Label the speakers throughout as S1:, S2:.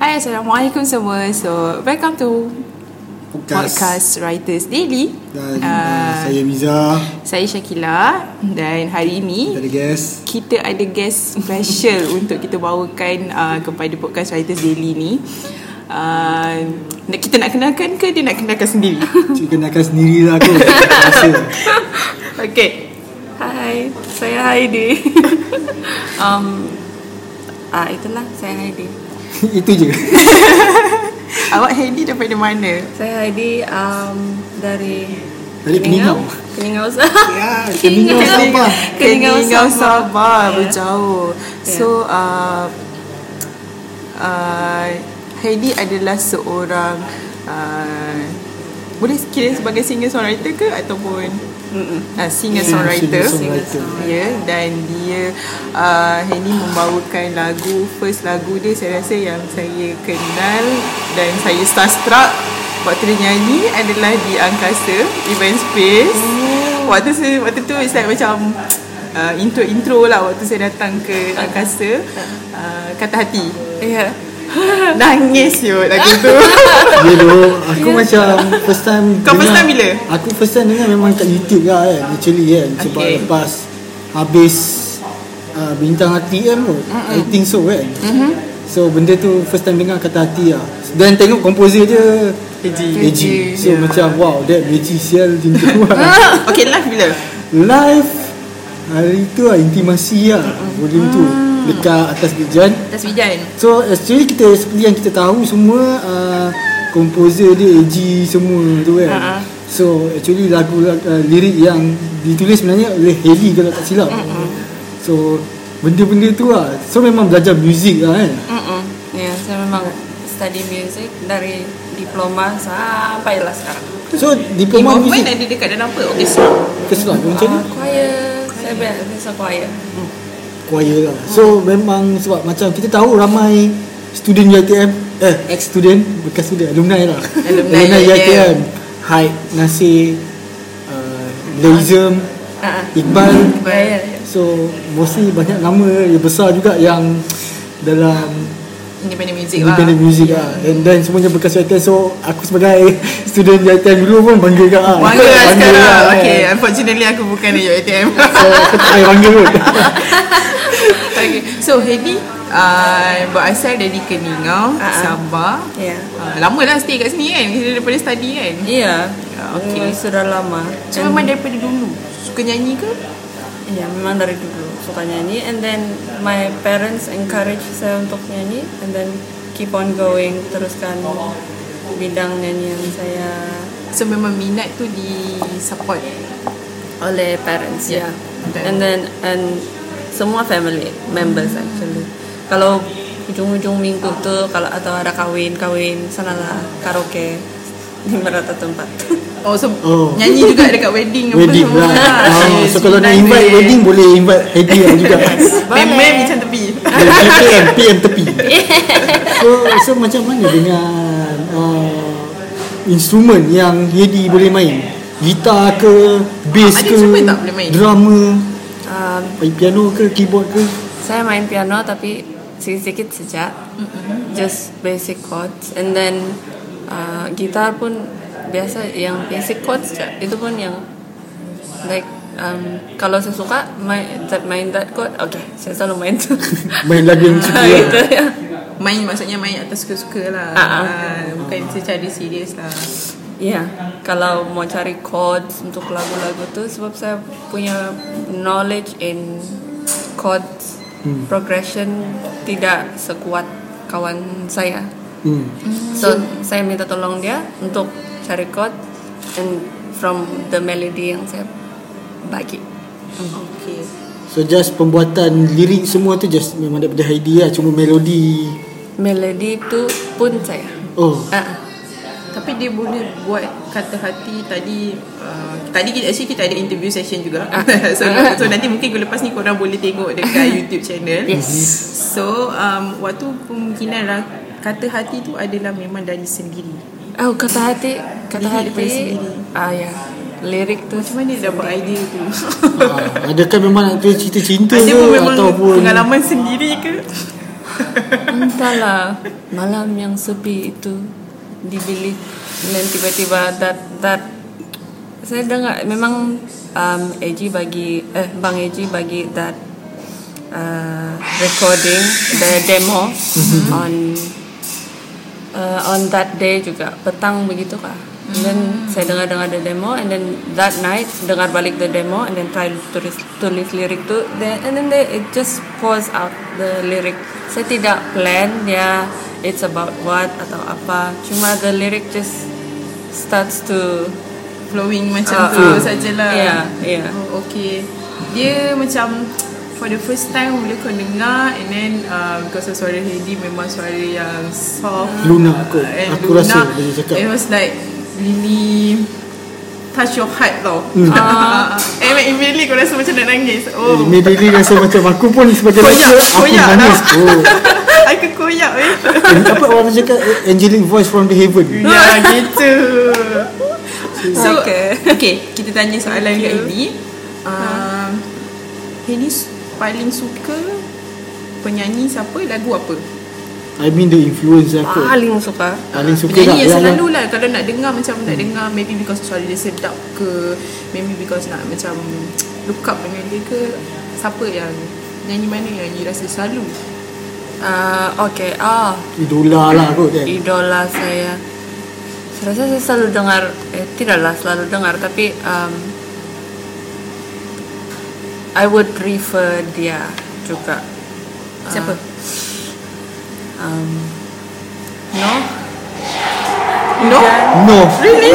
S1: Hai Assalamualaikum semua So welcome to
S2: Podcast,
S1: Podcast Writers Daily
S2: Dan uh,
S1: Ah,
S2: saya Miza
S1: Saya Syakila Dan hari
S2: Kita
S1: ini
S2: ada guest
S1: Kita ada guest special Untuk kita bawakan uh, Kepada Podcast Writers Daily ni uh, nak- Kita nak kenalkan ke Dia nak kenalkan sendiri
S2: Cik kenalkan sendiri lah kot Rasa
S1: Okay
S3: Hai, saya Heidi. um, ah itulah saya Heidi.
S2: Itu je
S1: Awak Heidi daripada mana?
S3: Saya Heidi um, dari
S2: Dari Peningau.
S3: Peningau.
S2: Ya, Peningau Sabah
S3: Keningau
S1: Keningau
S3: Sabah.
S1: Sabah
S3: Ya.
S1: Berjauh So uh, uh, Heidi adalah seorang uh, Boleh kira sebagai singer-songwriter ke Ataupun uh, Singer-songwriter
S2: Singer-songwriter.
S1: Ya Dan dia uh, Heidi membawakan lagu First lagu dia Saya rasa yang saya kenal Dan saya starstruck Waktu dia nyanyi adalah di Angkasa Event Space Waktu saya, waktu tu it's like macam uh, Intro-intro lah waktu saya datang ke Angkasa uh, Kata hati
S3: Ya.
S1: Nangis yuk lagu tu
S2: Ya doh Aku macam first time
S1: Kau first
S2: dengar-
S1: time bila?
S2: Aku first time dengar memang kat YouTube lah kan Actually kan Sebab
S1: Okay.
S2: lepas Habis uh, Bintang hati kan kot I think so kan
S1: Mm-hmm.
S2: So benda tu first time dengar kata hati lah Dan tengok komposer dia
S1: Eji
S2: Beji So
S1: Yeah.
S2: macam wow That Beji sial Tintu lah
S1: Okay live bila?
S2: Live Hari tu lah Intimasi lah Volume tu Dekat atas bijan
S1: Atas bijan
S2: So actually kita Seperti yang kita tahu semua uh, Komposer dia AG semua tu kan
S1: Ha-ha.
S2: So actually lagu uh, Lirik yang Ditulis sebenarnya oleh Haley Kalau tak silap So Benda-benda tu lah So memang belajar muzik lah kan
S3: Mm-mm. Ya, saya memang study music dari diploma sampai lah sekarang.
S2: So diploma
S1: Involvement
S2: muzik
S1: ada dekat dalam apa? Orkestra
S2: Keseluruhan macam mana?
S3: Ah, choir, saya be- biasa choir.
S2: choir lah. So memang sebab macam kita tahu ramai student UiTM eh ex student bukan student alumni lah.
S1: Alumni UiTM.
S2: UiTM. Haid, Nasir, uh, Leizem,
S3: Ah,
S2: Iqbal.
S3: ya, ya, ya.
S2: So mostly banyak nama yang besar juga yang dalam
S1: Independent music lah
S2: independent music lah. And then semuanya bekas UiTM. So aku sebagai student UiTM dulu pun bangga kan.
S1: Bangga lah sekarang
S2: kan.
S1: Okay unfortunately aku bukan di UiTM
S2: So aku tak payah bangga pun.
S1: okay.
S3: Iya,
S1: So Hedi uh, Berasal dari Keningau
S3: Ah, ah.
S1: Sabah
S3: Ya.
S1: uh, Lama lah stay kat sini kan Kita daripada study kan
S3: Iya.
S1: Ah, okay.
S3: Memang Sudah lama.
S1: So memang daripada dulu Suka nyanyi ke?
S3: Ya, memang dari dulu suka nyanyi and then my parents encourage saya untuk nyanyi and then keep on going teruskan bidang nyanyian saya
S1: So memang minat tu di support
S3: oleh parents ya.
S1: Ya, betul.
S3: And then and semua family members actually. Kalau ujung-ujung minggu tuh kalau atau ada kawin-kawin sanalah karaoke di merata tempat.
S1: Oh, so
S2: Oh.
S1: nyanyi juga dekat wedding apa
S2: Wedding
S1: semua
S2: lah oh,
S1: Yes,
S2: So kalau nak
S1: nice
S2: invite
S1: eh.
S2: wedding Boleh invite Hadi lah juga
S1: Memang macam tepi
S2: Dia PM PM tepi So so macam mana dengan uh, Instrumen yang Hadi boleh main Gitar ke Bass
S1: Ada
S2: ke
S1: instrumen tak boleh main?
S2: Drama
S3: Um,
S2: main Piano ke Keyboard ke
S3: Saya main piano tapi sedikit-sedikit saja. Just basic chords and then uh, gitar pun biasa yang basic chords saja. Itu pun yang like um, kalau saya suka main that main that chord, okay, saya selalu main tu.
S2: Main lagu yang suka
S3: Ah,
S2: lah
S3: Itu ya.
S1: Main maksudnya main atas suka-suka lah
S3: Ah, ah.
S1: Ah, Bukan secara serius lah
S3: Ya, kalau mau cari chords untuk lagu-lagu tuh sebab saya punya knowledge in chords progression tidak sekuat kawan saya.
S2: hmm.
S3: So saya minta tolong dia untuk cari chord and from the melody yang saya bagi.
S1: Hmm, Okay
S2: So just pembuatan lirik semua tu Just memang daripada Heidi lah Cuma melodi
S3: Melody itu pun saya.
S2: Oh
S3: Ah,
S1: Tapi dia boleh buat kata hati tadi uh, Tadi kita, actually kita ada interview session juga so, so nanti mungkin lepas ni korang boleh tengok dekat YouTube channel
S3: Yes.
S1: So um, waktu pemungkinan lah, kata hati tu adalah memang dari sendiri
S3: ah. oh kata hati, kata
S1: Lirik daripada
S3: hati.
S1: sendiri.
S3: Ah ya, lirik tuh
S1: Macam mana dia dapat idea tu?
S2: ah, Adakah memang nak tulis cerita cinta
S1: Ada
S2: ke
S1: pun memang
S2: Ataupun
S1: pengalaman sendiri ke?
S3: Entahlah malam yang sepi itu dibeli dan tiba-tiba dat dat saya dengar memang um, Eji bagi eh Bang Eji bagi dat uh, recording the demo on uh, on that day juga petang begitu kah and then saya dengar dengar the demo and then that night dengar balik the demo and then try tulis tulis lirik tu then and then they it just pours out the lyric saya tidak plan ya it's about what atau apa cuma the lyric just starts to
S1: Flowing macam
S3: Ah,
S1: tu
S3: ah. ya.
S1: sajalah.
S3: Yeah, yeah.
S1: Oh, okay. Dia macam for the first time bila kau dengar and then uh, because of suara Heidi memang suara yang soft.
S2: Lunak aku.
S1: And
S2: Aku
S1: lunak,
S2: rasa dia cakap. Eh,
S1: It was like really touch your heart tau.
S2: Hmm.
S1: Ah, and like immediately kau rasa macam nak nangis. Oh.
S2: Immediately rasa macam aku pun sebagai
S1: Koyak,
S2: rapper, aku
S1: koyak lah.
S2: nangis. Oh.
S1: Aku koyak eh.
S2: Ang- Apa orang cakap eh, angelic voice from the heaven.
S1: Ya gitu So okay. okay
S3: Okay.
S1: Kita tanya soalan kat Hedi um, Hedi s- paling suka Penyanyi siapa Lagu apa
S2: I mean the influence aku.
S3: paling suka
S2: Paling suka lah.
S1: Penyanyi Ah, yang
S2: Yang-
S1: selalu lah Kalau nak dengar Macam nak dengar Maybe because suara dia sedap ke Maybe because nak macam Look up dengan dia ke Siapa yang Nyanyi mana yang you rasa selalu
S3: uh, okay ah
S2: Idola lah kot kan.
S3: idola saya saya rasa saya selalu dengar eh tidaklah selalu dengar tapi um, I would prefer dia juga
S1: Siapa?
S3: um, no
S1: No
S2: No.
S1: Really?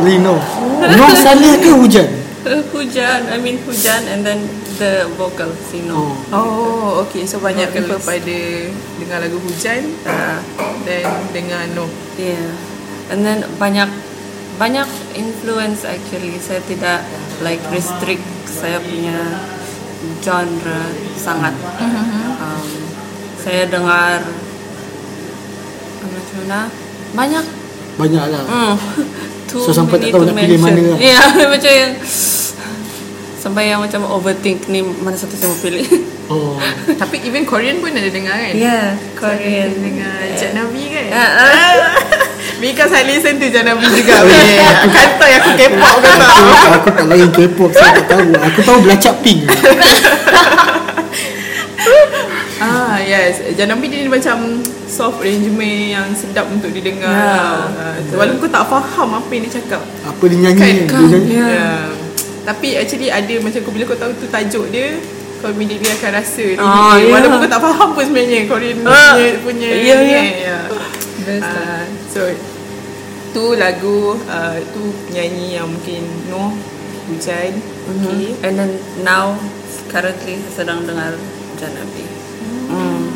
S2: Really no. No salah ke hujan?
S3: Eh, hujan I mean hujan and then the vocal si no
S2: Oh.
S1: Oh okay So banyak
S3: Okay.
S1: people pada Dengar lagu hujan
S3: Ah,
S1: Dan dengar no
S3: yeah and then banyak banyak influence actually saya tidak like restrict saya punya genre sangat
S2: Mm-hmm.
S3: um, saya dengar apa cuna banyak
S2: Banyak lah.
S3: hmm, too
S2: So, sampai
S3: many
S2: tak tahu
S3: to
S2: nak pilih mana
S3: mention.
S2: lah.
S3: ya macam yang sampai yang macam overthink ni mana satu saya mau pilih
S2: Oh.
S1: Tapi even Korean pun ada dengar kan?
S3: yeah
S1: Korean
S3: Korean
S1: dengar Cik Nabi kan?
S3: Ah,
S1: Because I listen to Cik Nabi juga weh. Kan tahu yang aku kepo ke tak?
S2: Aku, aku tak lain K-pop Saya tak tahu Aku tahu belacak pink
S1: Ah yes, Cik Nabi dia macam soft arrangement yang sedap untuk didengar
S3: Ya.
S1: yeah. Walaupun kau tak faham apa yang dia cakap
S2: Apa dia nyanyi
S1: Kan,
S2: kan,
S1: kan,
S2: dia nyanyi.
S3: Ya.
S1: yeah. Tapi actually ada macam kau bila kau tahu tu tajuk dia kau immediately akan rasa dia
S3: Ah,
S1: ni.
S3: ya.
S1: Walaupun kau tak faham pun sebenarnya Korean
S3: Ah,
S1: punya, punya
S3: ya,
S1: ni
S3: ya.
S1: kan, ya. Ah, so tu lagu uh, tu penyanyi yang mungkin Noh Hujan okay.
S3: And then now currently sedang dengar Janabi.
S1: Hmm,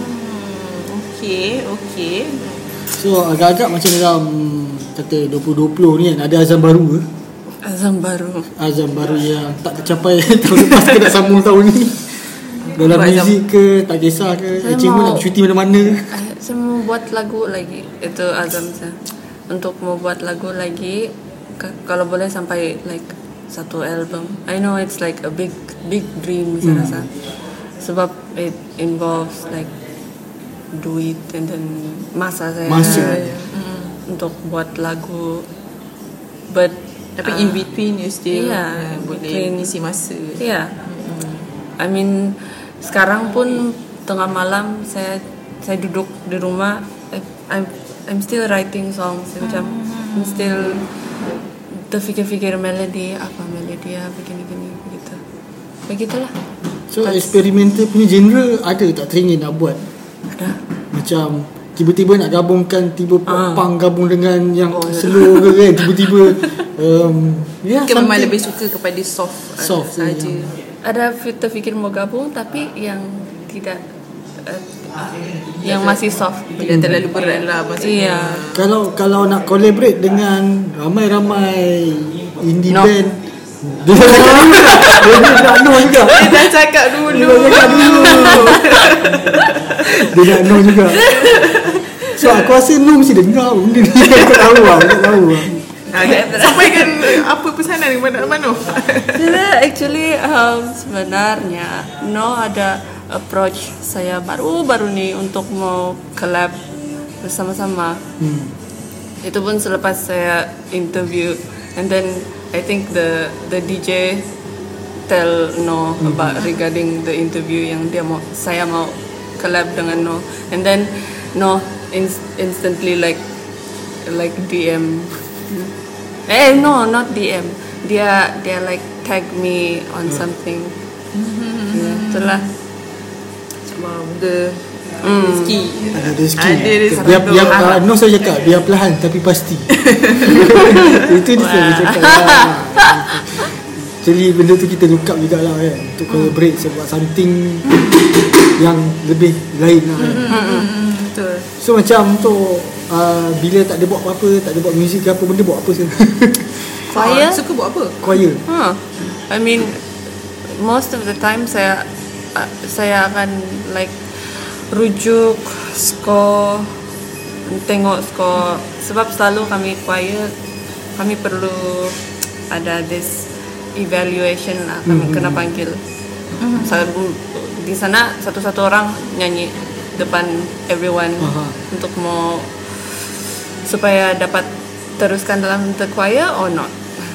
S1: okay okay
S2: So agak-agak macam dalam Kata 2020 ni kan Ada azam baru ke
S3: Azam baru.
S2: Azam baru yang tak tercapai Tahun lepas ke nak sambung tahun ni Dalam
S1: Buat azam.
S2: muzik ke Tak kisah ke
S3: Saya
S2: Achievement
S3: mau-
S2: nak cuti mana-mana
S3: Eh, Saya mau buat lagu lagi. Itu azam saya. Untuk mau buat lagu lagi ka- kalau boleh sampai like satu album. I know it's like a big big dream saya rasa. Sebab it involves like duit and then masa saya
S2: Masa.
S3: Mm, untuk buat lagu. But
S1: tapi
S3: ah,
S1: in between you still
S3: Yeah,
S1: ah,
S3: in
S1: boleh
S3: between.
S1: isi masa
S3: Iya. I mean sekarang pun tengah malam saya saya duduk di rumah I- I'm I'm still writing songs macam I'm still terfikir-fikir melody apa melody ya begini-gini begitu. Begitulah.
S2: So eksperimental punya genre Ada tak teringin nak buat
S3: Ada.
S2: Macam Tiba-tiba nak gabungkan Tiba
S3: Ah.
S2: pop punk gabung dengan Yang slow ke kan Tiba-tiba um, Ya
S1: Mungkin memang
S2: something-
S1: lebih suka kepada soft ah,
S2: Soft, ya,
S1: saja
S2: yang-
S3: Ada fi- terfikir mau gabung tapi yang tidak eh, yang masih soft.
S1: tidak terlalu berat lah maksudnya
S3: Iya.
S2: Kalau kalau nak collaborate dengan ramai-ramai indie
S3: No.
S2: band dia tak tahu juga. Dia ni nak no juga.
S1: Dia dah cakap
S2: Dia
S1: dulu
S2: nak cakap dulu. Dia nak no juga. So aku rasa no mesti dengar benda ni. Aku tak tahu lah. Aku tak tahu lah.
S1: Ah, Sampaikan apa pesanan kepada Manoh
S3: Tidak, actually um, sebenarnya no ada approach saya baru-baru ni untuk mau collab bersama-sama. Itu pun selepas saya interview and then I think the the DJ tell No about regarding the interview yang dia mau saya mau collab dengan No and then No ins- instantly like like DM eh no not DM dia dia like tag me on something yeah, itulah
S1: Wow, the rezeki.
S2: Ada rezeki
S1: Ada rezeki.
S2: Biar, biar, uh, No saya cakap Biar perlahan Tapi pasti Itu dia saya cakap lah. Actually benda tu kita look up juga lah kan Untuk collaborate Sebab something Yang lebih lain lah kan
S1: Hmm, Betul.
S2: So macam tu uh, Bila tak ada buat apa-apa Tak ada buat muzik ke apa Benda buat apa sekarang
S3: Choir?
S1: Ah, Suka buat apa?
S2: Choir
S3: Huh. I mean, most of the time saya uh, saya akan like rujuk skor tengok skor sebab selalu kami choir kami perlu ada this evaluation lah kami kena panggil Selalu di sana satu-satu orang nyanyi depan everyone
S2: Aha.
S3: untuk mau supaya dapat teruskan dalam the choir or not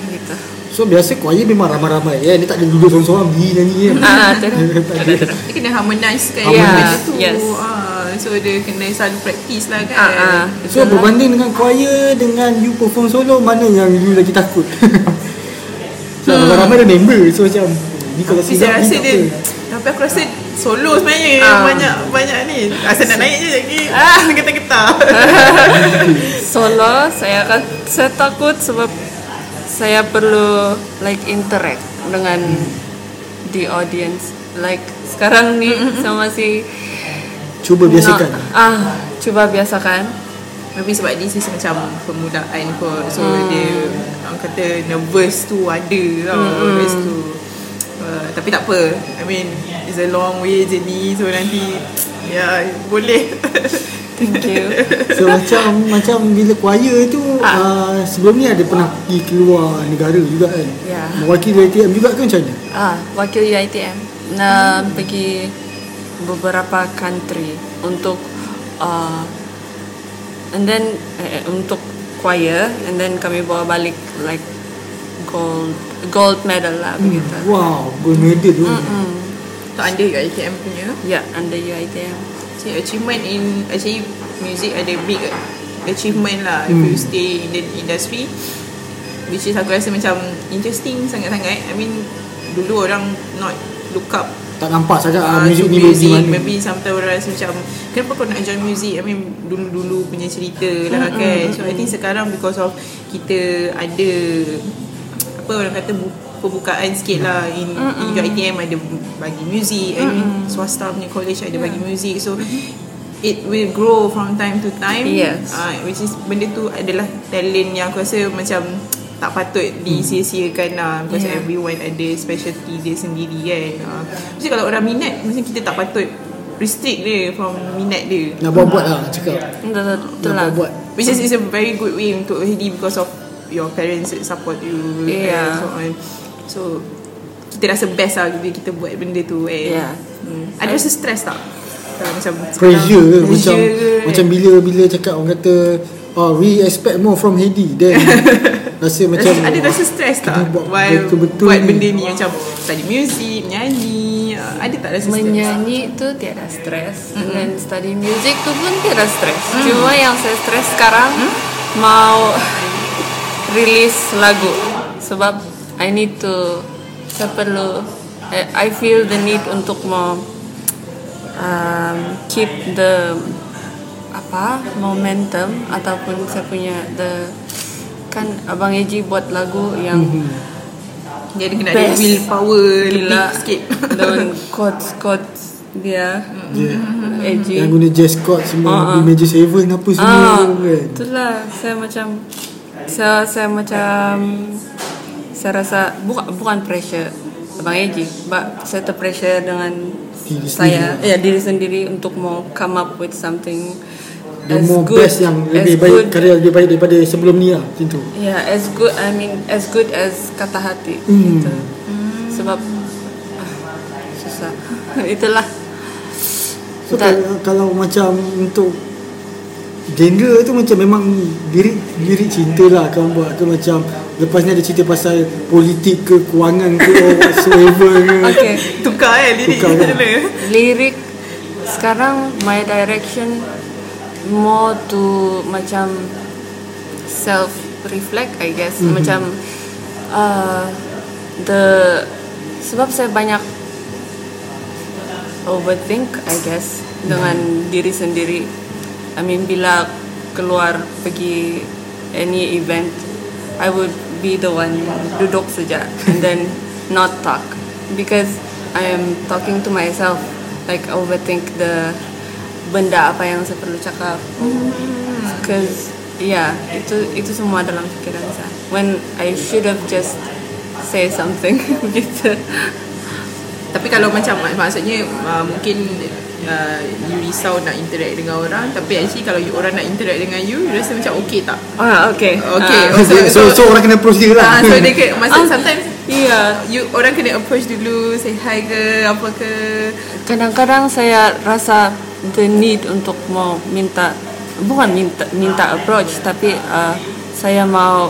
S3: gitu
S2: So biasa choir memang ramai-ramai ya. Dia tak ada duduk seorang-seorang Berdiri nyanyi kan
S3: Ah, terus.
S2: Tak ada
S1: Dia kena harmonize kan
S3: Yeah,
S1: benda tu.
S3: yes.
S1: Ah, so dia kena selalu practice lah kan.
S3: Ah, ah.
S2: So berbanding dengan choir Dengan you perform solo Mana yang you lagi takut So ramai-ramai ada member So macam "Eh, Ni kalau
S1: Tapi saya
S2: sedap ni
S1: rasa
S2: tak
S1: dia
S2: apa
S1: Tapi aku rasa solo sebenarnya yang Banyak banyak ni Asal nak naik je lagi ah. Getar-getar
S3: solo saya akan saya takut sebab saya perlu like interact dengan the audience like sekarang ni sama si
S2: Cuba biasakan
S3: ah coba biasakan
S1: Tapi sebab this is macam Permulaan kot So dia Orang kata nervous tu ada tau Nervous tu uh, Tapi tak apa I mean It's a long way je ni So nanti Ya boleh
S3: thank you
S2: So macam Macam bila choir tu
S3: Ah.
S2: uh, Sebelum ni ada pernah pergi keluar negara juga kan
S3: Ya.
S2: Mewakili ATM juga kan macam mana
S3: ah wakil UiTM nah pergi beberapa country untuk uh, and then eh, eh, untuk choir and then kami bawa balik like gold gold medal lah begitu
S2: Wow Gold medal tu
S1: Tak ada kat AKM punya
S3: ya under UiTM
S1: So achievement in Actually music ada big achievement lah If you stay in the industry Which is aku rasa macam interesting sangat-sangat I mean dulu orang not look up
S2: Tak nampak sangat uh,
S3: Ah,
S1: uh,
S2: Music
S1: to
S2: ni
S1: music
S2: bagaimana
S1: Maybe sometimes orang rasa macam Kenapa kau nak join music I mean dulu-dulu punya cerita lah kan So I think sekarang because of Kita ada Apa orang kata bu- Pembukaan sikit lah In, in UiTM ada bagi music I mean swasta punya college ada bagi music So It will grow from time to time
S3: Mm-hmm. Yes.
S1: Ah, Which is benda tu adalah talent yang aku rasa macam tak patut disia-siakan lah Because
S3: Mm. Yeah.
S1: everyone ada specialty dia sendiri kan uh, Mesti kalau orang minat Mesti kita tak patut restrict dia from minat dia
S2: Nak buat-buat lah cakap
S3: Betul- Ah. betul
S2: Nak
S3: lah
S2: buat-buat
S1: Which is, is a very good way untuk HD Because of your parents support you And
S3: Yeah.
S1: so on So kita rasa best lah bila kita buat benda tu and
S3: Yeah.
S1: hmm. Ada rasa stress tak? Kalau macam
S2: pressure ke eh, macam
S1: ke, kan?
S2: macam bila bila cakap orang kata oh, we expect more from Hedy then rasa macam
S1: Rasa, ada rasa stress tak
S2: kena buat
S1: while
S2: betul-betul
S1: buat
S2: ni.
S1: benda ni macam study music, menyanyi, uh, ada tak rasa stress?
S3: menyanyi itu tiada stres dan study music itu pun tiada stres cuma yang saya stres sekarang mau rilis lagu sebab I need to saya perlu eh, I feel the need untuk mau um, keep the apa momentum ataupun saya punya the kan abang Eji buat lagu yang
S1: Dia ada kena ada
S3: Best.
S1: willpower
S3: gila
S1: lebih sikit
S3: dengan quotes quotes dia Eh,
S2: yeah.
S3: Eji
S2: yang guna jazz chord
S1: Ah,
S2: semua uh-huh. di Magic Seven apa semua
S3: Ah,
S2: kan
S3: itulah saya macam saya saya macam saya rasa bukan bukan pressure Abang Eji, but saya terpressure dengan
S2: Diri
S3: saya ya diri sendiri untuk mau come up with something
S2: the more best yang lebih
S3: as
S2: baik
S3: good,
S2: karya lebih baik daripada sebelum ni lah macam tu
S3: yeah, as good I mean as good as kata hati
S2: Hmm.
S3: gitu. Sebab ah, susah. Itulah
S2: So
S3: Tak.
S2: kalau, kalau macam untuk genre tu macam memang lirik lirik cinta lah kau buat ke macam lepas ni ada cerita pasal politik ke kewangan ke or whatsoever ke.
S3: Okay.
S1: Tukar eh lirik
S2: Tukar,
S1: kita
S2: kan?
S1: kena.
S3: Lirik sekarang my direction more to macam self reflect I guess macam uh, the sebab saya banyak overthink I guess dengan diri sendiri. I mean bila keluar pergi any event I would be the one duduk saja and then not talk because I am talking to myself like overthink the benda apa yang saya perlu cakap because yeah itu itu semua dalam pikiran saya when I should have just say something gitu
S1: Tapi kalau macam mak- maksudnya uh, mungkin uh, you risau nak interact dengan orang tapi actually kalau you, orang nak interact dengan you you rasa macam okay tak?
S3: ah okay
S1: Okay. oh,
S3: Ah.
S2: so, so, orang kena approach dia lah.
S1: Ah, so dia kena, maksud
S3: Ah.
S1: sometimes
S3: iya
S1: you orang kena approach dulu say hi ke apa ke
S3: kadang-kadang saya rasa the need untuk mau minta bukan minta minta approach tapi uh, saya mau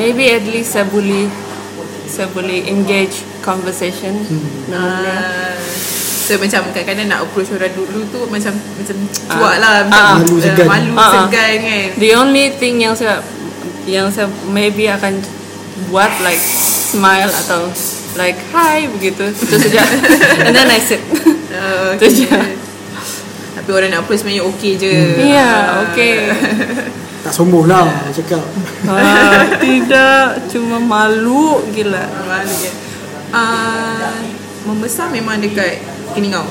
S3: maybe at least saya boleh saya boleh engage conversation dengan dia.
S1: uh, so macam kadang-kadang nak approach orang dulu tu macam macam cuak lah macam
S2: Ah. Malu
S1: uh,
S2: segan.
S1: malu
S3: Ah, ah.
S1: segan kan
S3: The only thing yang saya yang saya maybe akan buat like smile atau like hi begitu itu saja and then I sit
S1: Ah,
S3: Itu
S1: okay.
S3: je.
S1: tapi orang nak approach sebenarnya okay je Ah,
S3: yeah okay
S2: Tak sombong lah cakap.
S3: Ah, tidak cuma malu gila
S1: Ah, malu kan uh, membesar memang dekat Keningau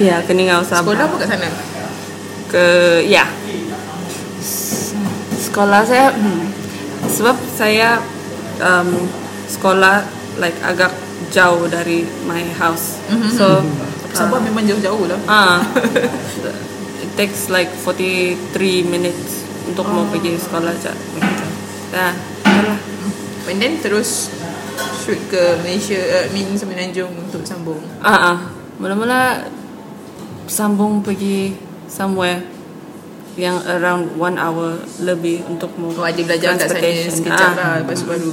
S3: ya keningau sama
S1: sekolah pun kat
S3: Ah.
S1: sana
S3: ke ya S- sekolah saya hmm, sebab saya um, sekolah like agak jauh dari my house so
S1: Sabah memang jauh-jauh lah
S3: ah it takes like 43 minutes untuk mau pergi sekolah Nah, je begitu dah dah lah.
S1: and then terus shoot ke Malaysia uh, Min Semenanjung untuk sambung
S3: ah ah mula-mula sambung pergi somewhere yang around one hour lebih untuk mau
S1: Oh, ada belajar kat sana
S3: transportation.
S1: sekejap
S3: Ah.
S1: lah Lepas tu baru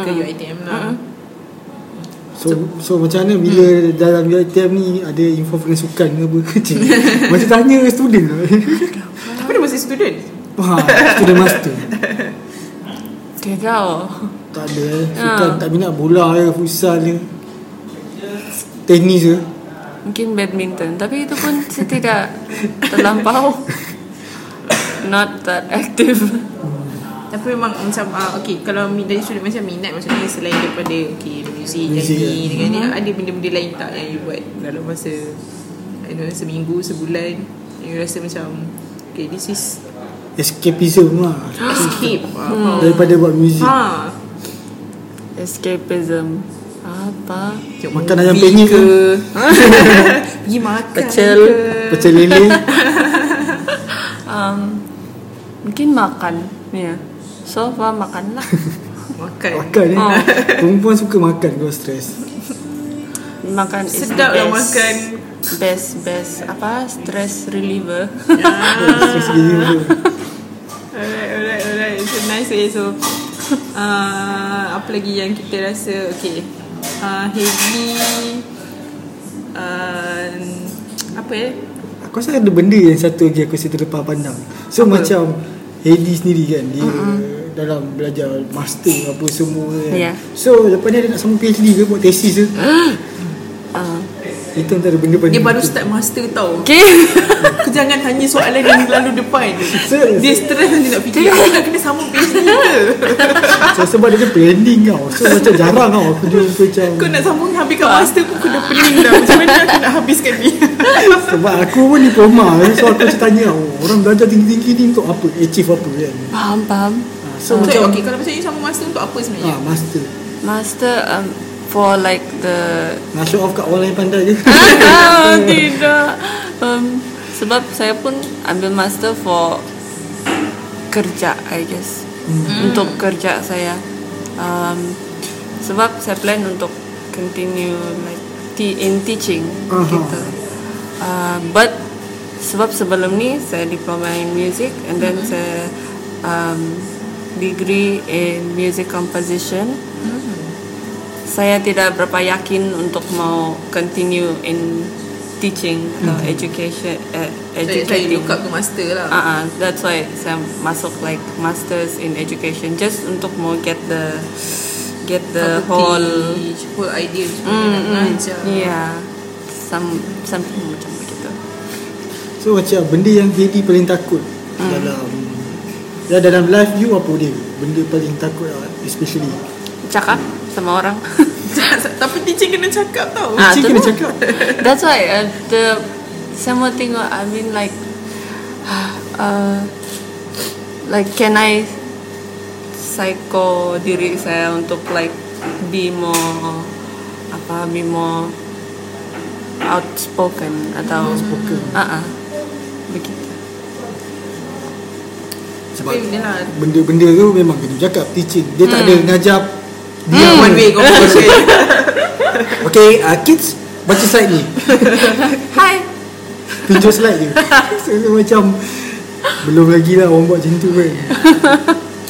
S1: ke UiTM lah
S2: So, so macam mana bila dalam UiTM ni ada info pengasukan ke apa kecil. Macam tanya student.
S1: Tapi dia masih student
S2: ha, student master.
S3: Tidak.
S2: Tak ada eh. Sukan tak minat bola ke, futsal eh. ke. Tenis ke.
S3: Mungkin badminton. Tapi itu pun saya tidak terlampau. Not that active.
S1: Tapi memang macam uh, Okay kalau min- dari student macam minat Maksudnya selain daripada Okay music
S2: Music,
S1: nyanyi
S2: ya.
S1: dengan ni Ada benda-benda lain tak yang you buat Dalam masa I don't know seminggu sebulan Yang you rasa macam Okay this is
S2: Escapism lah.
S1: escape
S2: Hmm.
S1: uh,
S2: Daripada buat muzik.
S1: Ha
S3: Escapism. Apa?
S1: Tengok
S2: Makan
S1: movie
S2: ayam penyet ke.
S1: Pergi makan
S3: Pecel.
S1: ke.
S2: Pecel lele.
S3: Um, mungkin makan. Ya. So far lah. makanlah.
S1: Makan
S2: Makan eh.
S3: Ah.
S2: Perempuan suka makan kalau stres.
S3: Makan is
S1: Sedap lah
S3: best.
S1: makan.
S3: Best, best. Apa? Stress reliever.
S2: Stres gini pun.
S1: Alright, alright, alright. So nice way. So, uh, apa lagi yang kita rasa? Okay. Uh, heavy. Uh, apa eh?
S2: Aku rasa ada benda yang satu lagi aku rasa terlepas pandang. So
S1: Apa?
S2: macam Hedy sendiri kan dia dalam belajar master apa semua kan.
S3: Ya.
S2: So lepas ni dia nak sambung PhD ke buat tesis ke?
S3: Ah.
S2: Itu antara benda paling
S1: Dia baru
S2: penting.
S1: start master tau.
S3: Okay.
S1: Kau jangan tanya soalan yang lalu depan.
S2: Serius?
S1: Dia stress nanti nak fikir. Aku nak kena sama PhD ke?
S2: so, sebab dia kan planning tau. So macam jarang tau aku jumpa macam
S1: Kau nak sambung habiskan
S2: Ah.
S1: master pun kau dah pening dah. Macam mana aku nak habiskan ni?
S2: sebab aku pun diploma kan. So aku macam tanya oh, orang belajar tinggi-tinggi ni untuk apa? Achieve apa kan?
S3: Faham, faham.
S2: Ah, So,
S1: So,
S2: macam
S1: okay, kalau macam you sama master untuk apa sebenarnya?
S2: ah, master.
S3: Master um, for like the
S2: Nak show off kat orang lain pandai je.
S3: Ah, tidak. Um, sebab saya pun ambil master for kerja, I guess. Untuk kerja saya. Um, sebab saya plan untuk continue like te- in teaching
S2: Aha.
S3: gitu. Uh, but sebab sebelum ni saya diploma in music and then saya um, degree in music composition. Saya tidak berapa yakin untuk mau continue in teaching atau education uh,
S1: Hmm. Saya try
S3: educating.
S1: look up ke master lah
S2: Ah.
S3: Uh-uh, that's why saya masuk like masters in education just untuk mau get the get the
S1: Apa
S3: whole
S1: teach, whole idea macam mana
S2: Mm,
S1: nak
S3: Mm-mm.
S1: belajar
S3: yeah some something macam begitu.
S2: So macam benda yang Hedi paling takut hmm. dalam ya dalam life you apa dia? Benda paling takut lah, especially.
S3: Cakap sama orang.
S1: Tapi teacher kena cakap tau
S3: Ah,
S2: Cik
S3: tu
S2: kena
S3: lah.
S2: cakap.
S3: That's why uh, the saya mau tengok I mean like uh, like can I psycho diri saya untuk like be more apa be more outspoken atau
S2: Outspoken.
S3: ah ah begitu
S2: Sebab
S1: Tapi dia lah. nak-
S2: benda-benda tu memang kena cakap teaching. Dia tak ada ngajar dia
S1: Yeah, Hmm. one way conversation
S2: Okay, uh, kids baca slide ni.
S3: Hi
S2: Tunjuk slide dia. So, so, macam belum lagi lah orang buat macam tu kan.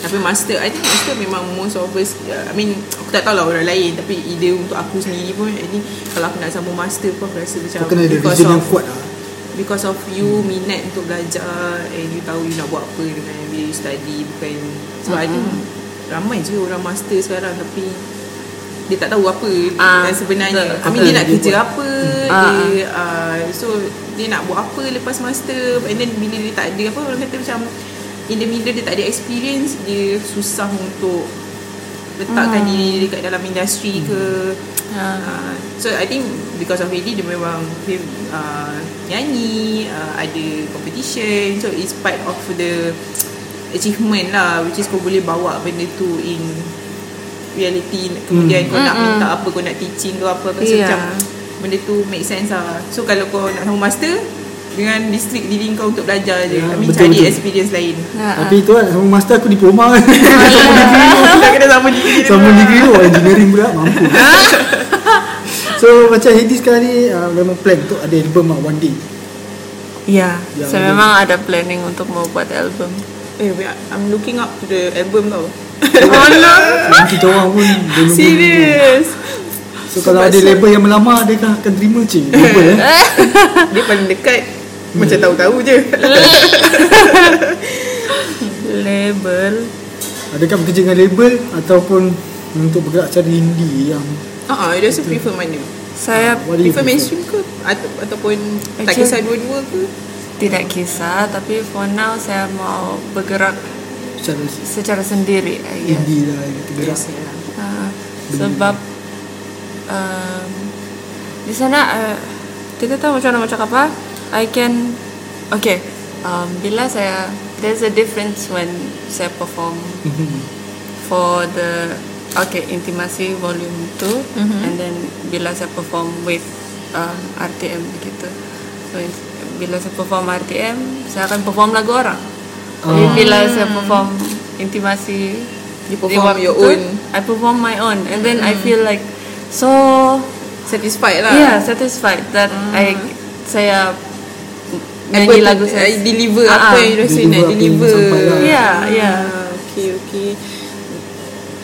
S1: Tapi master I think master memang most of us uh, I mean Aku tak tahu lah orang lain Tapi ide untuk aku sendiri pun I think kalau aku nak sambung master pun Aku rasa macam
S2: Kau kena ada
S1: because
S2: vision
S1: of-
S2: yang kuat lah.
S1: Because of you minat untuk belajar And you tahu you nak buat apa dengan bila you study Bukan Sebab mm-hmm. I think ramai je orang master sekarang Tapi dia tak tahu apa
S3: Ah,
S1: dan sebenarnya
S3: betul.
S1: I mean dia nak
S2: Dia
S1: kerja
S2: buat.
S1: apa
S3: Ah,
S1: dia uh, so dia nak buat apa lepas master and then bila dia tak ada apa orang kata macam in the middle dia tak ada experience dia susah untuk letakkan diri dia dekat dalam industri ke Uh, so I think because of Hedy dia memang dia, uh, nyanyi uh, ada competition so it's part of the achievement lah which is kau boleh bawa benda tu in reality kemudian kau nak minta apa kau nak teaching ke apa so
S3: Yeah.
S1: macam benda tu make sense lah so kalau kau nak sama master dengan distrik diri kau untuk belajar je
S2: Yeah,
S1: I mean
S2: betul,
S1: cari
S2: betul.
S1: experience lain
S3: Uh-uh.
S2: Tapi tu kan sama master aku diploma kan. Sama degree tu.
S1: tak kena sama diri
S2: Sama lah. degree tu engineering pula mampu. So macam Hedi sekarang ni uh, memang plan tu ada album lah one day.
S3: Ya
S2: Yang
S3: Saya
S2: ada-
S3: memang ada planning untuk mau buat album
S1: eh we are- I'm looking up to the album tau
S2: Sebelum kita orang pun belum
S1: serious
S2: So kalau ada label yang melamar dia kan akan terima je. Label eh.
S1: dia paling dekat
S2: Hmm.
S1: macam tahu-tahu je
S3: Label
S2: Adakah bekerja dengan label ataupun untuk bergerak secara indie yang
S1: Ah, uh dia rasa prefer mana?
S3: Saya
S2: What do you
S1: Prefer
S2: prefer?
S1: mainstream ke Atau, ataupun tak
S3: Actually-
S1: kisah dua-dua ke?
S3: tidak kisah Tapi for now saya mau bergerak
S2: Secara
S3: secara sendiri I guess.
S2: indie lah yang bergerak.
S3: Ah, sebab um, di sana uh, tidak tahu macam mana macam apa I can okay um, bila saya there's a difference when saya perform
S2: Mhm.
S3: for the okay intimasi volume 2 and then bila saya perform with um, RTM begitu so in- bila saya perform RTM saya akan perform lagu orang Tapi bila saya perform intimasi
S1: You perform
S3: waktu
S1: your
S3: tu,
S1: own.
S3: I perform my own and then I feel like so
S1: Satisfied lah
S3: yeah satisfied that I saya
S1: Apa
S3: nyanyi
S1: tu-
S3: lagu saya
S1: I deliver
S3: Ah,
S1: apa
S3: ah. Ya,
S1: yang rasa
S2: Deliver
S1: nak
S2: apa yang
S1: deliver
S2: sampai lah.
S3: Yeah, yeah.
S1: Ah, Okay, okay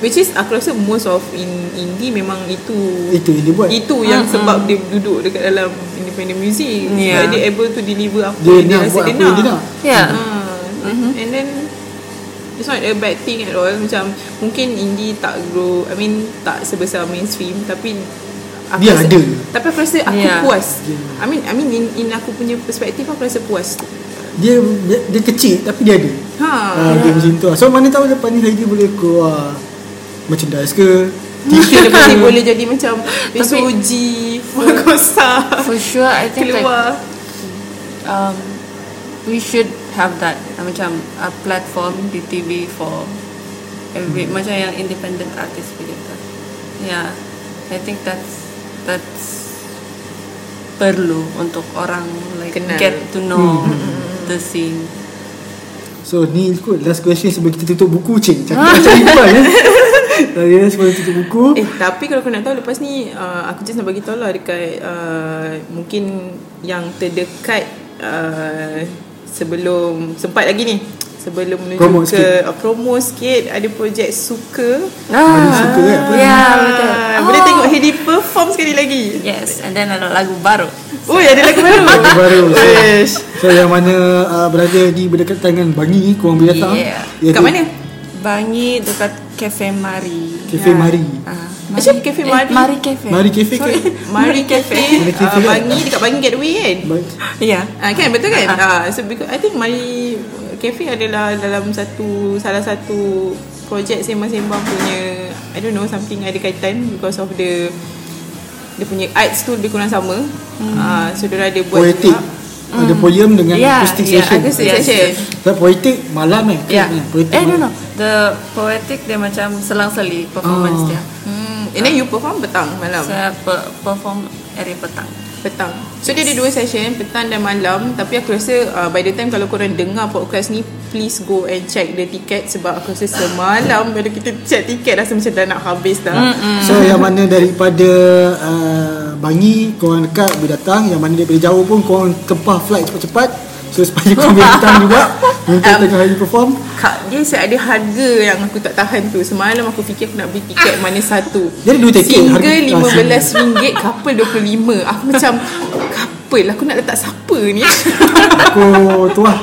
S1: Which is aku rasa most of in indie memang itu
S2: Itu yang dia buat.
S1: Itu yang sebab dia duduk dekat dalam independent music Sebab
S3: Yeah.
S1: dia able to deliver apa
S2: oh, Dia
S1: yang
S2: nak
S1: rasa
S2: buat apa yang dia nak.
S3: yeah
S1: Ah,
S3: Mm-hmm.
S1: And then It's not a bad thing at all Macam Mungkin indie tak grow I mean Tak sebesar mainstream Tapi aku
S2: Dia ada.
S1: Tapi aku rasa Aku
S3: Yeah.
S1: puas
S2: Yeah.
S1: I mean I mean in, in aku punya perspektif Aku rasa puas
S2: Dia, dia dia kecil tapi dia ada.
S1: Ha
S2: Ah,
S3: Ya.
S2: dia macam tu lah. So mana tahu lepas ni Heidi boleh keluar merchandise ke
S1: Mungkin lepas ni boleh jadi macam
S3: Tapi-
S1: Besoji Makosa
S3: for sure I think like
S1: Keluar
S3: um, we should have that uh, macam a platform di TV for every
S1: Mm.
S3: macam yang independent artist begitu yeah I think that's that's perlu untuk orang like
S1: Kenal. Mm-hmm.
S3: get to know the scene
S2: So ni kot last question sebelum kita tutup buku cik Cakap macam Iqbal ya Tadi dah sebelum tutup buku
S1: Eh tapi kalau kau nak tahu lepas ni uh, aku just nak bagi tahu lah dekat uh, mungkin yang terdekat uh, sebelum sempat lagi ni sebelum menuju ke
S2: Promo sikit.
S1: Uh, promo sikit ada projek suka
S3: Ah.
S2: Mari suka eh, apa?
S3: yeah, Ya, betul. Oh.
S1: Ah, boleh tengok Hedy perform sekali lagi
S3: Yes, and then ada lagu baru.
S1: oh ada lagu baru
S2: Lagu baru.
S3: Eh.
S1: Yes.
S2: So yang mana uh, berada di berdekatan dengan Bangi Kurang Binatang
S3: Yeah.
S2: Iaitu
S1: kat mana
S3: Bangi dekat Cafe Mari.
S2: Cafe
S1: Ya.
S2: Mari
S3: Ah,
S1: Actually, Cafe
S3: eh,
S1: Mari.
S3: Mari Cafe.
S2: Mari Cafe ke?
S3: Sorry.
S1: Mari Cafe
S2: Mari Cafe
S1: uh,
S2: kan?
S1: Bangi dekat Bangi Gateway kan
S2: Baik.
S3: Ya.
S1: Ah kan betul kan? Ah so because I think Mari Cafe adalah dalam satu salah satu projek sembang-sembang punya I don't know something ada kaitan because of the dia punya arts tu lebih kurang sama. Hmm. Ah so dia ada buat
S2: Poetic
S1: juga.
S2: Ada poem dengan
S3: Ya,
S2: acoustic
S3: ya,
S2: session
S1: Acoustic
S3: Yes,
S1: session.
S3: yes.
S2: So poetic malam eh
S3: Ya.
S2: kan, eh? Poetic
S3: Eh, no
S2: malam.
S3: no. The poetic dia macam selang-seli performance
S2: Ah.
S3: dia.
S1: Hmm. And then you perform petang malam.
S3: Saya pe- perform hari petang.
S1: Petang So dia ada dua session Petang dan malam Tapi aku rasa uh, By the time kalau korang dengar podcast ni Please go and check the ticket Sebab aku rasa semalam Bila kita check tiket Rasa macam dah nak habis dah Mm-mm.
S2: So yang mana daripada uh, Bangi korang dekat boleh datang Yang mana daripada jauh pun korang tempah flight cepat-cepat So sepanjang korang boleh datang juga
S1: Um,
S2: Minta tengah hari perform
S1: Kak dia saya ada harga yang aku tak tahan tu Semalam aku fikir aku nak beli tiket mana satu
S2: Dia ada dua tiket, harga-
S1: Single
S2: ah, single.
S1: RM15 Couple RM25 Aku macam Couple aku nak letak siapa ni
S2: Aku tu lah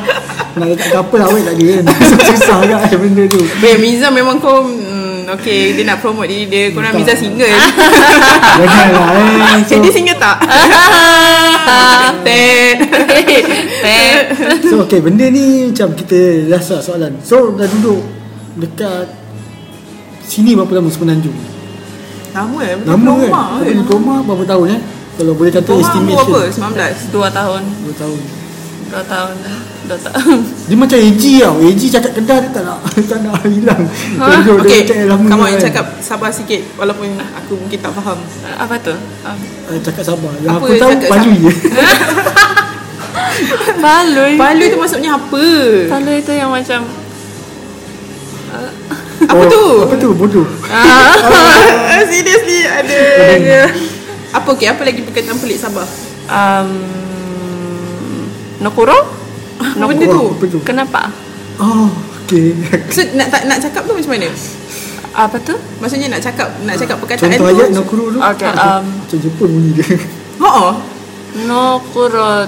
S2: Nak letak couple lah weh tak ada kan Susah agak eh, benda tu
S1: Weh Miza memang kau hmm, Okay dia nak promote diri dia Korang Miza single
S2: Janganlah eh so,
S1: So, Jadi single tak? Ah, Ten
S3: Tet.
S2: so okay benda ni macam kita rasa lah soalan So dah duduk dekat Sini berapa lama semenanjung
S1: Lama eh Lama
S2: Lama kan
S1: Lama
S2: Tapi diploma berapa tahun eh Kalau boleh kata
S1: umur apa? 19
S2: estimation
S3: Dua tahun.
S2: 2 tahun
S3: Dua tahun. Dua tahun.
S2: Dia macam AG tau AG cakap kedah dia tak nak Tak nak hilang Tunjuk dia
S1: Okay
S2: macam yang lama
S1: Come on
S2: kan.
S1: cakap sabar sikit Walaupun aku mungkin tak faham
S3: Apa tu? Ah.
S2: Eh, Cakap sabar Yang
S1: Apa
S2: aku tahu
S1: cakap
S2: Palu je
S3: Baloi.
S1: Palu tu maksudnya apa?
S3: Baloi tu yang macam
S1: Apa
S2: Oh,
S1: tu?
S2: Apa tu bodoh
S3: Ah.
S1: Ah, Seriously ada Apa okay apa lagi perkataan pelik sabar?
S3: um, Nokuro?
S1: Apa benda tu?
S2: Apa tu
S3: Kenapa?
S2: Oh okay
S1: So nak tak nak cakap tu macam mana?
S3: Apa tu?
S1: Maksudnya nak cakap nak cakap perkataan
S2: Contoh ayat
S1: tu.
S2: Nakuru tu Ah,
S3: Okay, um,
S2: Macam Jepun bunyi dia
S1: Ha.
S3: Nokuro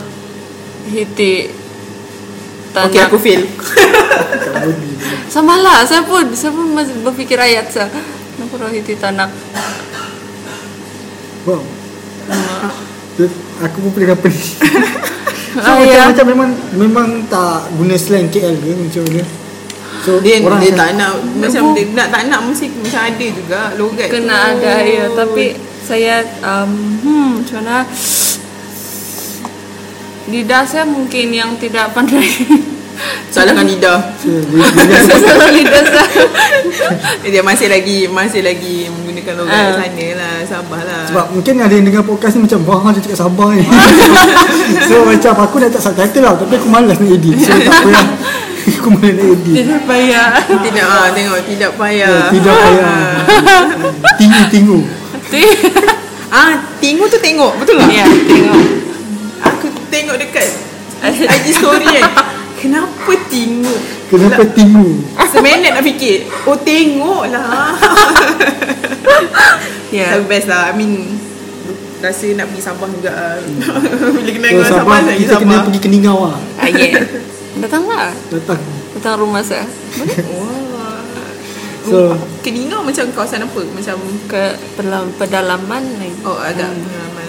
S3: hiti tanah.
S1: Okay aku fail.
S2: Tak bunyi
S3: Sama lah, saya pun, saya pun masih berfikir ayat saya. Nokuro hiti tanak.
S2: Wow Terus, Aku pun pening apa ni So
S3: Ah,
S2: macam,
S3: ya.
S2: macam memang Memang tak guna slang KL ke macam mana So
S1: Dia,
S2: orang
S1: dia
S2: akan-
S1: tak nak macam dia nak tak nak mesti macam ada juga logat. tu.
S3: Kena ada ya, tapi saya um, hmm, macam mana? Lidah saya mungkin yang tidak pandai.
S1: salahkan lidah.
S2: So, dia- dia- dia-
S3: Saya salah lidah saya.
S1: Eh, Dia masih lagi masih lagi menggunakan logat
S3: Ah.
S1: sana lah, sabarlah.
S2: Sebab mungkin ada yang dengar podcast ni macam Wah dia cakap sabar ni So macam aku dah tak subtitle lah Tapi aku malas nak edit So tak apa lah Aku malas nak edit
S3: Tidak payah.
S1: tidak ah tengok tidak
S2: Eh,
S1: payah.
S2: Tidak payah Tingu-tingu
S1: Ah tengok tu tengok betul tak?
S3: Ya, tengok.
S1: Aku tengok dekat IG story kan. Kenapa tengok?
S2: Kenapa tingu
S1: Seminit nak fikir. Oh tengok lah.
S3: Ya.
S1: Tapi best lah. I mean rasa nak pergi Sabah juga lah. Bila kena
S2: So
S1: dengan Sabah,
S2: sabar
S1: saya pergi
S2: Oh, Kita
S1: Sabah.
S2: kena pergi Keningau lah
S3: Ah, yeah. Datanglah.
S2: Datang
S3: Datang rumah saya.
S1: Wah.
S2: So-
S1: So, Keningau macam kawasan apa? Macam
S3: Ke pedalam, pedalaman lagi.
S1: oh agak pengalaman.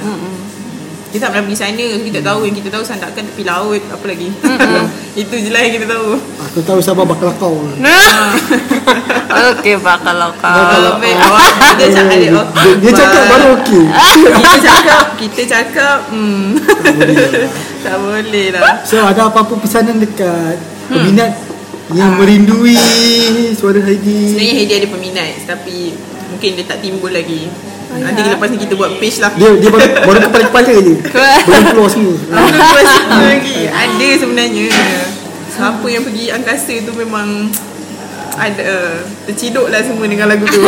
S1: Kita tak pernah pergi sana so Kita tak tahu Yang kita tahu Sandakan tepi laut Apa lagi Itu je lah yang kita tahu
S2: Aku tahu sabar bakal kau
S3: Nah. Ah. Okey, bakal kau.
S1: Kalau oh, awak Kita cakap ada, oh,
S2: dia, Ah, dia cakap baru okey
S1: Kita cakap Kita cakap hmm.
S2: Tak boleh lah.
S1: Tak boleh lah
S2: So ada apa-apa pesanan dekat Peminat Yang merindui Suara Heidi
S1: Sebenarnya Hedi ada peminat Tapi Mungkin dia tak timbul lagi Nanti lepas ni kita buat page lah
S2: Dia dia baru, baru kepala-kepala je Belum keluar semua
S1: Belum keluar cerita lagi Ada sebenarnya Siapa yang pergi angkasa tu memang ada terciduk lah semua dengan lagu tu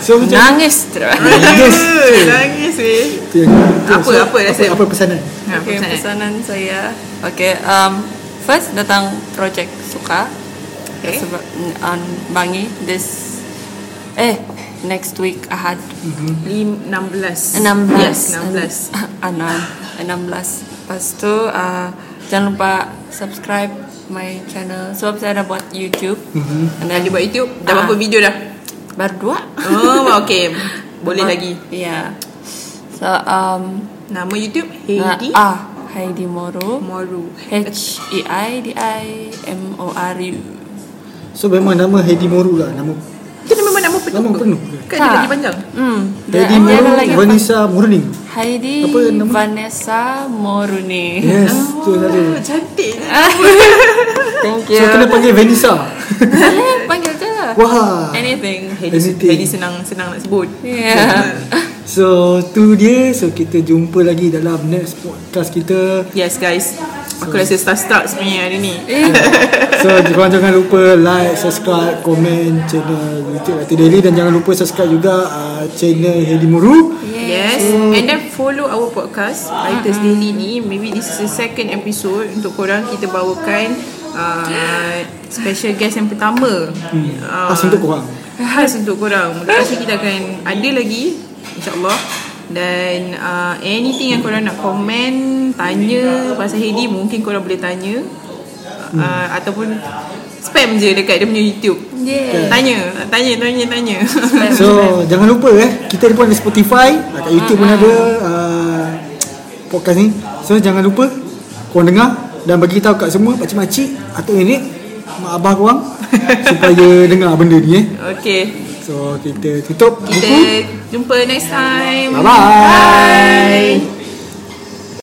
S2: So macam
S3: Nangis terus.
S2: Nangis.
S1: nangis weh
S2: tu yang tu yang-
S1: Apa-
S2: so,
S1: apa rasa?
S2: apa, apa pesanan?
S1: ha,
S3: Okay,
S1: pesanan.
S3: pesanan saya. Okay, um, first datang projek suka.
S1: Okay.
S3: Okay. Sebab um, Bangi this eh next week Ahad
S1: Lim- 16
S3: enam belas
S1: 16
S3: anan enam belas. Lepas tu uh, jangan lupa subscribe my channel sebab saya dah buat YouTube.
S2: Mhm.
S3: Mm-hmm.
S1: Dah ada buat YouTube Dah berapa
S3: Ah.
S1: video dah
S3: Baru dua.
S1: Oh okay Boleh
S3: Ah,
S1: lagi
S3: Ya. Yeah. So um,
S1: Nama YouTube Heidi
S3: ah Heidi Moro.
S1: Moru
S3: H E I D I M O R U.
S2: So memang nama Hedi Moru lah nama
S1: Itu memang nama penuh
S2: Nama
S1: ke?
S2: penuh ke?
S1: Kan dia
S3: Tak.
S1: lagi panjang
S3: Hmm. dia-
S2: Hedi
S3: dia
S2: Moru
S3: ada lagi
S2: Vanessa Murning.
S3: apa? Heidi
S2: Apa nama?
S3: Vanessa Moruni.
S2: Yes, tu ada.
S1: Oh cantik je
S3: Thank
S2: So kena panggil Vanessa.
S3: Boleh Eh, panggil je. lah.
S2: Wah.
S3: Anything.
S1: Heidi,
S2: Anything.
S1: Heidi senang senang nak sebut
S3: Yeah.
S2: So tu dia So kita jumpa lagi dalam next podcast kita
S1: Yes guys Aku rasa start-start sebenarnya hari ni
S3: Eh,
S2: So korang jangan lupa like, subscribe, komen channel YouTube Ratu Daily Dan jangan lupa subscribe juga uh, channel Hedi Muru
S1: Yes And then follow our podcast Writers Daily ni Maybe this is the second episode Untuk korang kita bawakan uh, Special guest yang pertama
S2: Hmm.
S1: uh,
S2: Khas untuk korang
S1: Khas untuk korang Lepas tu kita akan ada lagi InsyaAllah Dan uh, anything yang korang nak komen Tanya pasal Hedi Mungkin korang boleh tanya uh, Ataupun spam je dekat dia punya YouTube
S3: Yeah.
S1: Tanya, tanya, tanya, tanya
S2: So jangan lupa eh Kita pun ada Spotify ah, Kat YouTube pun ada uh, Podcast ni So jangan lupa Korang dengar Dan bagi tahu kat semua Pakcik-makcik Atuk nenek Mak abah korang Supaya dengar benda ni eh
S1: Okay
S2: So kita tutup
S1: Kita jumpa next time
S2: Bye-bye.
S1: Bye